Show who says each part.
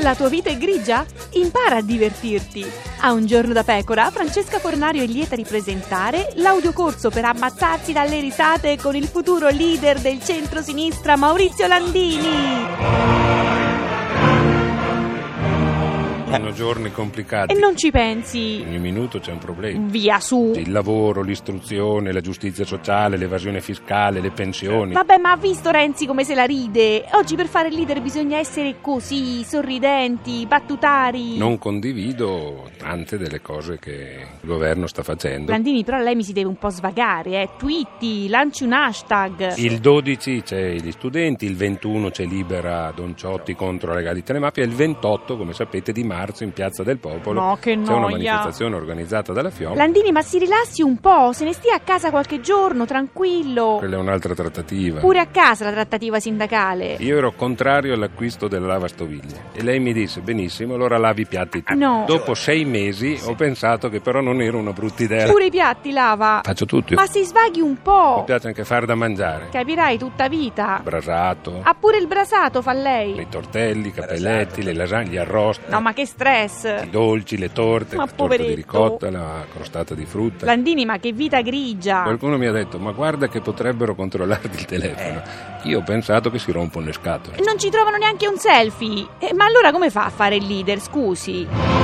Speaker 1: La tua vita è grigia? Impara a divertirti! A un giorno da pecora, Francesca Fornario è lieta di presentare l'audiocorso per ammazzarsi dalle risate con il futuro leader del centro-sinistra Maurizio Landini!
Speaker 2: Sono giorni complicati.
Speaker 1: E non ci pensi
Speaker 2: Ogni minuto c'è un problema.
Speaker 1: via su!
Speaker 2: Il lavoro, l'istruzione, la giustizia sociale, l'evasione fiscale, le pensioni.
Speaker 1: Vabbè, ma ha visto Renzi come se la ride? Oggi per fare il leader bisogna essere così, sorridenti, battutari.
Speaker 2: Non condivido tante delle cose che il governo sta facendo.
Speaker 1: Landini, però lei mi si deve un po' svagare, eh. Twitti, lanci un hashtag.
Speaker 2: Il 12 c'è gli studenti, il 21 c'è Libera Donciotti contro la legalità delle mafie e il 28, come sapete, di marzo in Piazza del Popolo
Speaker 1: No, che
Speaker 2: c'è una
Speaker 1: noia.
Speaker 2: manifestazione organizzata dalla Fiom.
Speaker 1: Landini, ma si rilassi un po', se ne stia a casa qualche giorno, tranquillo.
Speaker 2: Quella è un'altra trattativa.
Speaker 1: Pure a casa la trattativa sindacale.
Speaker 2: Io ero contrario all'acquisto della lavastoviglie e lei mi disse benissimo, allora lavi i piatti. tu".
Speaker 1: No.
Speaker 2: Dopo sei mesi ho pensato che però non era una brutta idea.
Speaker 1: Pure i piatti lava.
Speaker 2: Faccio tutto. io.
Speaker 1: Ma si svaghi un
Speaker 2: Mi
Speaker 1: po'.
Speaker 2: piace anche far da mangiare.
Speaker 1: Capirai tutta vita.
Speaker 2: Brasato,
Speaker 1: Ha pure il brasato, fa lei.
Speaker 2: i tortelli, i capelletti, le lasagne, gli arrosti,
Speaker 1: No, ma che stress.
Speaker 2: i dolci, le torte,
Speaker 1: Ma
Speaker 2: la torta di
Speaker 1: poveretto.
Speaker 2: ricotta, la crostata di frutta.
Speaker 1: Landini, ma che vita grigia.
Speaker 2: Qualcuno mi ha detto, ma guarda che potrebbero controllarti il telefono.
Speaker 1: Eh.
Speaker 2: Io ho pensato che si rompono le scatole.
Speaker 1: Non ci trovano neanche un selfie. Eh, ma allora come fa a fare il leader, scusi?